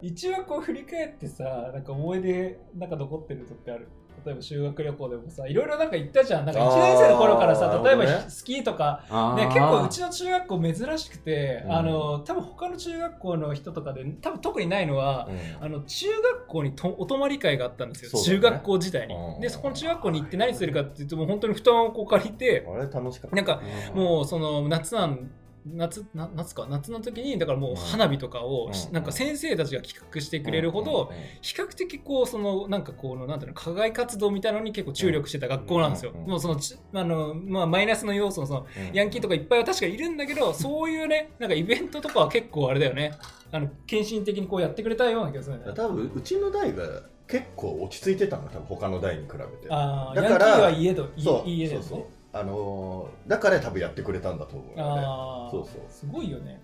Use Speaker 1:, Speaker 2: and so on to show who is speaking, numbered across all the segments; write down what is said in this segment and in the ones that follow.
Speaker 1: 一応こう振り返ってさなんか思い出なんか残ってるとってある例えば修学旅行でもさいろいろなんか行ったじゃんなんか
Speaker 2: あー
Speaker 1: 1年生の頃から
Speaker 2: なる
Speaker 1: さ
Speaker 2: ほ
Speaker 1: 例え
Speaker 2: ど
Speaker 1: ば
Speaker 2: ね
Speaker 1: ひスキーとか、
Speaker 2: あ
Speaker 1: ね、
Speaker 2: ー
Speaker 1: 結構うちの中学校珍しくて、
Speaker 2: うん
Speaker 1: あの多分他の中学校の人とかで多分特にないのは、
Speaker 2: うん
Speaker 1: あの中学校にとお泊まり会があったんですよ、
Speaker 2: そうだよ
Speaker 1: 中
Speaker 2: ね
Speaker 1: 学校時代に
Speaker 2: うん
Speaker 1: でそこの中学校に行って何するかって言ってもう本当に布団をこう借りて
Speaker 2: あれ楽しかった
Speaker 1: なんかもうその夏なん夏な夏か夏の時にだからもう花火とかをし、
Speaker 2: うん
Speaker 1: なんか先生たちが企画してくれるほど、比較的こうそのなんかこうなんていうの課外活動みたいなのに結構注力してた学校なんですよ、
Speaker 2: うんうん
Speaker 1: もうそのちあの、まあ、マイナスの要素のそのヤンキーと
Speaker 2: か
Speaker 1: かいっぱいは確かにいるんだけど、そういうね、なんかイベントとかは結構あれだよね、あの献身的にこうやってくれたような気がするんだよね。
Speaker 2: 多分うちの代が結構落ち着いてたの多分他の代に比べて
Speaker 1: ああ、
Speaker 2: だ
Speaker 1: ヤンキ
Speaker 2: から
Speaker 1: ーは家ど、い
Speaker 2: そう
Speaker 1: い家だ
Speaker 2: そ
Speaker 1: よ
Speaker 2: う
Speaker 1: ね。
Speaker 2: そうあのーだから多分やってくれたんだと思うよね
Speaker 1: ああ、
Speaker 2: そうそう
Speaker 1: すごいよね。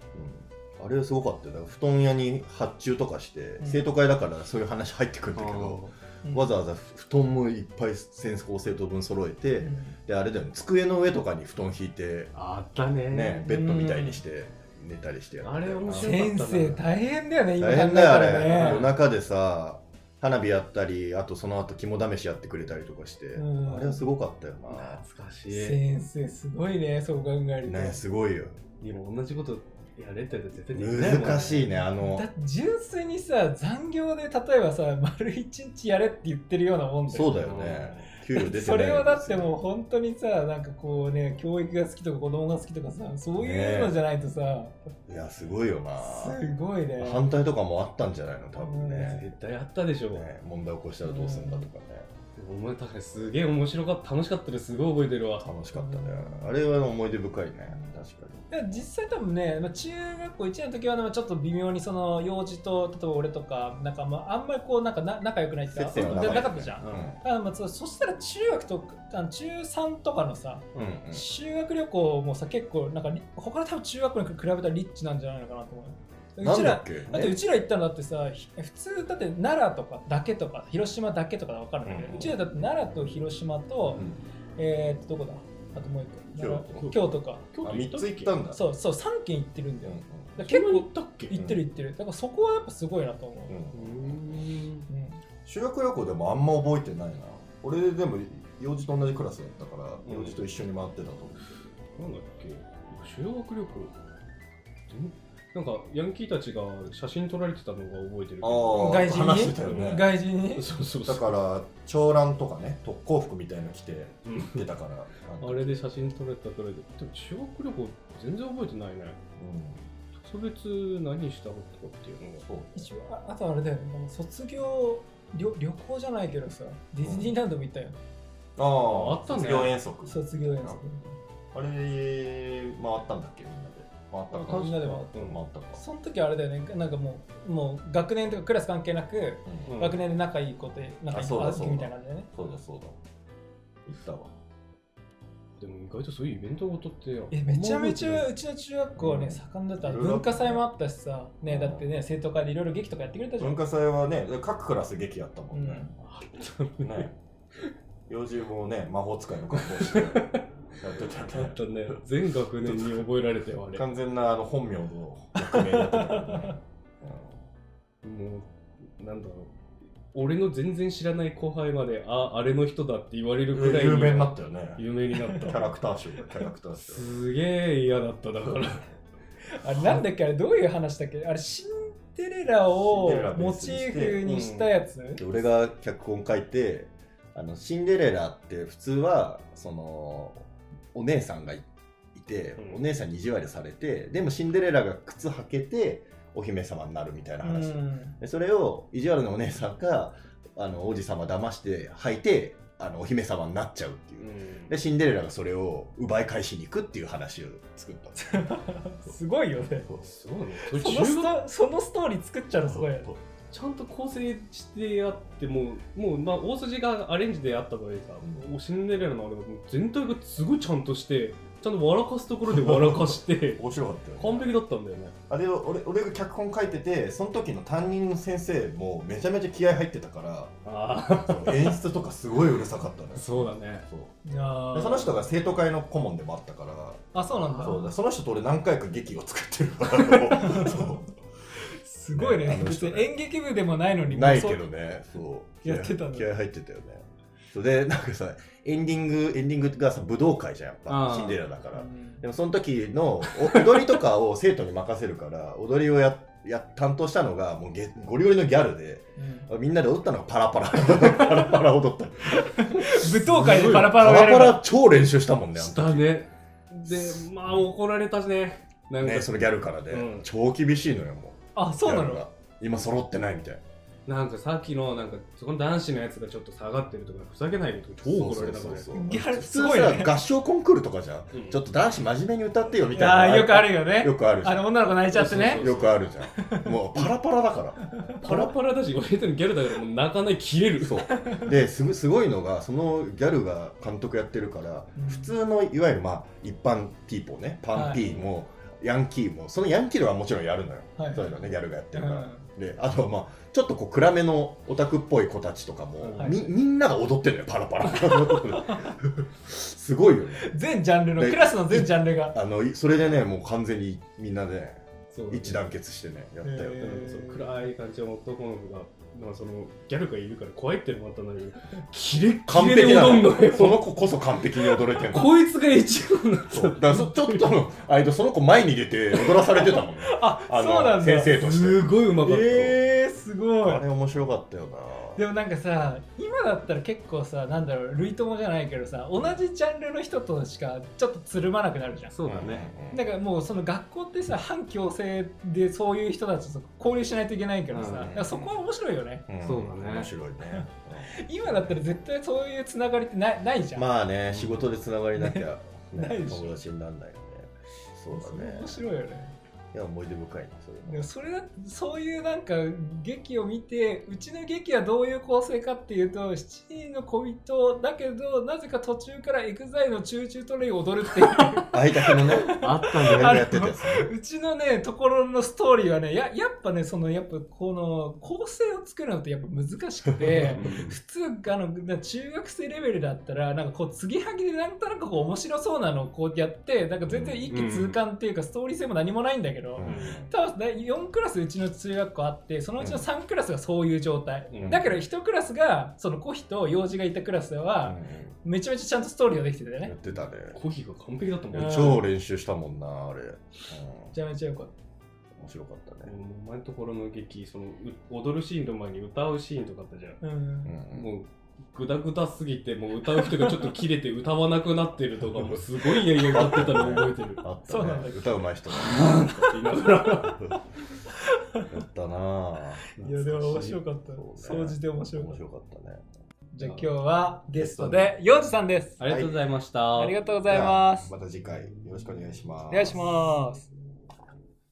Speaker 2: うんあれはすごかったよだから布団屋に発注とかして、
Speaker 1: ん
Speaker 2: 生徒会だからそういう話入ってくるんだけど、
Speaker 1: うん
Speaker 2: わざわざ布団もいっぱい先校生徒分揃えて、
Speaker 1: うん
Speaker 2: であれだよね机の上とかに布団引いて、
Speaker 3: あったね
Speaker 2: ね、ベッドみたいにして寝たりしてやったよな
Speaker 3: あれ面白い
Speaker 1: 先生大変だよね、今考
Speaker 2: 大変
Speaker 1: え
Speaker 2: だよ
Speaker 1: た
Speaker 2: あ
Speaker 1: ら
Speaker 2: れ、夜
Speaker 1: ね。
Speaker 2: 中でさ花火やったりあとその後肝試しやってくれたりとかして、
Speaker 1: うん
Speaker 2: あれはすごかったよ
Speaker 3: 懐かしい
Speaker 1: 先生すごいね、そう考えると。
Speaker 2: なねすごいよ
Speaker 3: でも同じことやれってやったら絶対できないもんね
Speaker 2: 難しいねあの
Speaker 1: だって純粋にさ、残業で例えばさ、丸一日やれって言ってるようなもんだよね。
Speaker 2: そうだよね給料出てない
Speaker 1: それはだってもう本当にさなんかこうね教育が好きとか子供が好きとかさそういうのじゃないとさ、
Speaker 2: いやすごいよな
Speaker 1: すごいね
Speaker 2: 反対とかもあったんじゃないの多分ね,、
Speaker 3: 絶対あったでしょ、
Speaker 2: ね問題起こしたらどうすんだとかね、
Speaker 3: お前確かにすげえ面白かった楽しかったですすごい覚えてるわ
Speaker 2: 楽しかったねあれは思い出深いね確かに
Speaker 1: で実際多分ね、まあ、中学校1年の時は、ね、ちょっと微妙にその幼児と例えば俺とかなんか、まあ、あんまりこうなんかな仲良くないって
Speaker 2: 接点は
Speaker 1: で
Speaker 2: 長い
Speaker 1: なかったじゃん、
Speaker 2: うん
Speaker 1: あまあ、そうそしたら中学とかあの中3とかのさ
Speaker 2: うんうん
Speaker 1: 修学旅行もさ結構なんかリ他の多分中学校に比べたらリッチなんじゃないのかなと思うよう
Speaker 2: な
Speaker 1: ち
Speaker 2: んだっ
Speaker 1: ら
Speaker 2: け、ね
Speaker 1: だってうちら行ったのだってさひ普通だって奈良とかだけとか広島だけとか分かるんだけど、
Speaker 2: う
Speaker 1: うんちらだって奈良と広島と、
Speaker 2: うん
Speaker 1: えー、っとどこだあともう一個
Speaker 2: 京
Speaker 1: 奈良京都か
Speaker 2: あ3つ行ったんだ
Speaker 1: そうそう3県行ってるんだ
Speaker 2: うん
Speaker 1: よ、
Speaker 2: うん
Speaker 1: だから結構
Speaker 3: たっけ
Speaker 1: 行ってる行ってるだからそこはやっぱすごいなと思う、
Speaker 2: うん
Speaker 3: ん
Speaker 1: うん
Speaker 2: 修学旅行でもあんま覚えてないな俺でも幼児と同じクラスだったから、
Speaker 3: うん
Speaker 2: 幼児と一緒に回ってたと思う
Speaker 3: なんだっけ修学旅行なんかヤンキーたちが写真撮られてたのが覚えてるけど
Speaker 1: あー外人に
Speaker 2: 話してたよね
Speaker 1: 外人に
Speaker 3: そうそうそ
Speaker 2: だ
Speaker 3: う
Speaker 2: から長蘭とかね特攻服みたいの着て
Speaker 3: うん
Speaker 2: 行ってたからあ
Speaker 3: あれで写真撮られた撮られたでも修学旅行全然覚えてないね
Speaker 2: う
Speaker 3: 特別何したとかっていうの
Speaker 2: ん
Speaker 3: が
Speaker 2: そう
Speaker 1: 一応ああとあれだよねなんか卒業旅旅行じゃないけどさディズニーランドも行ったよ、ね
Speaker 2: ああ
Speaker 3: あったね
Speaker 2: 卒業遠足
Speaker 1: 卒業遠足
Speaker 2: あれ回ったんだっけみんなで回った
Speaker 3: あ
Speaker 2: か
Speaker 3: 確か
Speaker 1: みんなで回
Speaker 2: うん回ったか
Speaker 1: その時あれだよねなんかもうもう学年とかクラス関係なく、
Speaker 2: うん
Speaker 3: うん
Speaker 1: 学年で仲いい子で仲いい
Speaker 2: あそうだ
Speaker 1: 子
Speaker 2: そうだ
Speaker 1: みたいな感じでね
Speaker 2: そうだそうだ行ったわ
Speaker 3: でも意外とそういうイベントごとって
Speaker 1: えめちゃめちゃ
Speaker 3: あんま覚えてないう
Speaker 1: ちの中学校はね、
Speaker 2: うん
Speaker 1: 盛んだった
Speaker 2: いろいろあ
Speaker 1: 文
Speaker 2: っ
Speaker 1: 化
Speaker 2: たね
Speaker 1: 祭もあったしさ、ね、だってね生徒会でいろいろ劇とかやってくれたじゃん
Speaker 2: 文化祭はね各クラス劇やったもんね、
Speaker 3: うん
Speaker 2: ね幼児もね魔法使いの格好してやってた
Speaker 3: あ
Speaker 2: よ
Speaker 3: っ
Speaker 2: ね
Speaker 3: たね全学年に覚えられてよあれ
Speaker 2: 完全なあの本名の役名やってたからね、
Speaker 3: もう、なんだろう。俺の全然知らない後輩まで、あ、あれの人だって言われる
Speaker 2: う
Speaker 3: く
Speaker 2: ん
Speaker 3: らい
Speaker 2: 有名になったよね
Speaker 3: 有名になっ
Speaker 2: キ
Speaker 3: た。
Speaker 2: ャラクター賞キャラクター賞
Speaker 3: すげえ嫌だっただから。
Speaker 1: あれなんだっけあれどういう話だっけあれシンデレラを
Speaker 2: シンデレラベ
Speaker 1: モ
Speaker 2: ース
Speaker 1: チ
Speaker 2: にして
Speaker 1: ーフにしたやつ、
Speaker 2: で俺が脚本書いてあのシンデレラって普通はそのお姉さんがいいて、
Speaker 3: うん
Speaker 2: お姉さんに意地悪されてでもシンデレラが靴履けてお姫様になるみたいな話、
Speaker 1: うん
Speaker 2: でそれを意地悪なお姉さんがあの王子様騙して履いてあのお姫様になっちゃうっていう、でシンデレラがそれを奪い返しに行くっていう話を作ったの
Speaker 1: すごいよね
Speaker 2: そう
Speaker 3: すごいね。それ
Speaker 1: その
Speaker 3: 中
Speaker 1: ス
Speaker 3: 学
Speaker 1: トそのストーリー作っちゃうのすごいよね
Speaker 2: そう
Speaker 3: ちゃんと構成してあって、もう、もう、まあ、大筋がアレンジであった場合さ、もうシンデレラのあれがもう全体がすごいちゃんとして、ちゃんと笑かすところで笑かして、
Speaker 2: 面白かったよね
Speaker 3: 完璧だったんだよね。
Speaker 2: あれを俺俺が脚本書いててその時の担任の先生もめちゃめちゃ気合入ってたから
Speaker 3: ああ、
Speaker 2: その演出とかすごいうるさかったね
Speaker 3: そうだね。
Speaker 2: そう
Speaker 1: あ
Speaker 2: で
Speaker 1: ー
Speaker 2: その人が生徒会の顧問でもあったから
Speaker 1: あそうなんだ
Speaker 2: そうだその人と俺何回か劇を作ってるからそう
Speaker 1: すごい
Speaker 2: ね
Speaker 1: ね
Speaker 2: あの
Speaker 1: 別
Speaker 2: 人ね
Speaker 1: に演劇部でもないのに
Speaker 2: ない
Speaker 1: もう
Speaker 2: け
Speaker 1: そ
Speaker 2: どねそう
Speaker 1: やってたんだ
Speaker 2: 気合入ってたよねそうでなんかさエンディングエンディングがさ武道会じゃんやっ
Speaker 3: あ
Speaker 2: ぱ
Speaker 3: ー
Speaker 2: シンデレラだか
Speaker 1: う
Speaker 2: ら
Speaker 1: ん
Speaker 2: でもその時のお踊りとかを生徒に任せるから踊りをやや担当したのがもうゲゴリゴリのギャルで
Speaker 1: うん
Speaker 2: みんなで踊ったのがパラパラ パラパラ踊った
Speaker 1: 舞踏会でパラパラ
Speaker 2: パ
Speaker 1: をや
Speaker 2: ラ
Speaker 1: る
Speaker 2: パラ超練習したもんねあの時
Speaker 3: したねでまあ怒られたしねなんか、
Speaker 2: ねそのギャルからで、
Speaker 3: うん
Speaker 2: 超厳しいのよも
Speaker 1: あ
Speaker 2: う
Speaker 1: そうな
Speaker 2: ギャル
Speaker 1: の
Speaker 2: が今揃ってないみたいな
Speaker 3: なんかさっきのなんかそこの男子のやつがちょっと下がってるとかふざけないでとか超怒られたからね
Speaker 2: そうそうそう
Speaker 1: ギャル
Speaker 2: 普
Speaker 1: す
Speaker 2: 通
Speaker 1: ごいね
Speaker 2: さ合唱コンクールとかじゃん、
Speaker 3: うん
Speaker 2: ちょっと男子真面目に歌ってよみたいな
Speaker 1: あーよくある
Speaker 2: よ
Speaker 1: よね
Speaker 2: よくあるじ
Speaker 1: あ
Speaker 2: ゃ
Speaker 1: の女の子泣いちゃってね
Speaker 2: んよくあるじゃんもうパラパラだから
Speaker 3: パラパラだし俺とのギャルだからもう泣かない切れる
Speaker 2: そうですごすごいのがそのギャルが監督やってるから、
Speaker 1: うん
Speaker 2: 普通のいわゆるまあ一般ピーポーねパンピーも、ヤンキーもそのヤンキーではもちろんやるのよ、
Speaker 1: はい
Speaker 2: そういうのねギャルがやってるから、
Speaker 1: うん
Speaker 2: であとはまあちょっとこう暗めのオタクっぽい子たちとかも、
Speaker 1: はい
Speaker 2: みみんなが踊ってるのよパラパ ラすごいよね
Speaker 1: 全ジャンルの
Speaker 2: で
Speaker 1: クラスの全ジャンルが
Speaker 2: あのいそれでねもう完全にみんなで、ね、
Speaker 3: そう
Speaker 2: 一致団結してねやったよ、
Speaker 1: へ
Speaker 3: なん
Speaker 1: ー
Speaker 3: かその暗い感じの男の子が、まあ、そのギャルがいるから怖いってのもあったんだけど、キレッ
Speaker 2: 完
Speaker 3: キレ
Speaker 2: 璧
Speaker 3: で
Speaker 2: な
Speaker 3: 踊ん
Speaker 2: の
Speaker 3: のよ。
Speaker 2: その子こそ完璧に踊れてるの
Speaker 3: こいつが一番だっ
Speaker 2: そうだ
Speaker 3: た。
Speaker 2: からそちょっとの間その子前に出て踊らされてたもんね
Speaker 1: あ
Speaker 2: あ
Speaker 1: そうなんだ
Speaker 2: の先生として
Speaker 3: すごいうまかった。
Speaker 1: えー、すごい
Speaker 2: あれ面白かったよな
Speaker 1: でもなんかさ今だったら結構さなんだろう類友じゃないけどさ同じジャンルの人としかちょっとつるまなくなるじゃん
Speaker 3: そうだ
Speaker 2: ん
Speaker 3: ね。
Speaker 2: うん
Speaker 1: だからもうその学校ってさ反強制でそういう人たちと交流しないといけないからさ、
Speaker 3: うん
Speaker 1: だからそこは面白いよね
Speaker 2: ん
Speaker 3: そうだね
Speaker 2: 面白い ね
Speaker 1: 今だったら絶対そういうつながりってないないじゃん、
Speaker 2: まあね仕事でつながりなきゃ、 ね
Speaker 1: ないでしょ
Speaker 2: 友達にならないよねそう
Speaker 1: そ
Speaker 2: だ
Speaker 1: れ
Speaker 2: ね
Speaker 1: 面白いよね
Speaker 2: いや思い出深いねそれ
Speaker 1: でも
Speaker 2: も
Speaker 1: それだそういうなんか劇を見てうちの劇はどういう構成かっていうと7人の小人だけどなぜか途中からエグザイのチューチュートレイを踊るっていう
Speaker 2: 相手のね
Speaker 3: あった
Speaker 2: 俺
Speaker 3: ね。
Speaker 2: がやってたやつね
Speaker 1: うちのねところのストーリーはねややっぱねそのやっぱこの構成を作るのってやっぱ難しくて普通あのな中学生レベルだったらなんかこう継ぎはぎでなんとなくこう面白そうなのをこうやってなんか全然一気通貫っていうか、ストーリー性も何もないんだけど、
Speaker 2: うん
Speaker 1: 多分ね4クラスうちの中学校あってそのうちの3クラスがそういう状態、
Speaker 3: うん
Speaker 1: だけど1クラスがそのコヒと幼児がいたクラスはめちゃめちゃちゃんとストーリーができてて
Speaker 2: やっ
Speaker 1: ね
Speaker 2: てたね
Speaker 3: コーヒーが完璧だったもん。
Speaker 1: うん
Speaker 3: 俺
Speaker 2: 超練習したもんなあれ、うん、
Speaker 1: めちゃめちゃよかった
Speaker 2: 面白かったね、
Speaker 3: もう前のところの劇、そのう踊るシーンと前に歌うシーンとかあったじゃん。
Speaker 1: うん、
Speaker 2: うん
Speaker 3: もうグダグダすぎて、もう歌う人がちょっと切れて歌わなくなってるとか、もうすごいやりがってたの覚えてる。
Speaker 2: あったね
Speaker 1: そうなんだ
Speaker 2: 歌うまい人が
Speaker 3: なんか言いながら。
Speaker 2: やったなあ
Speaker 1: いやでも面白かった
Speaker 2: そう
Speaker 1: 総じて面白かった
Speaker 2: 面白かったね
Speaker 1: じゃあ今日はゲストで幼児さんです
Speaker 3: ありがとうございました。
Speaker 1: ありがとうございます
Speaker 2: じゃあまた次回よろしくお願いします
Speaker 1: お願いします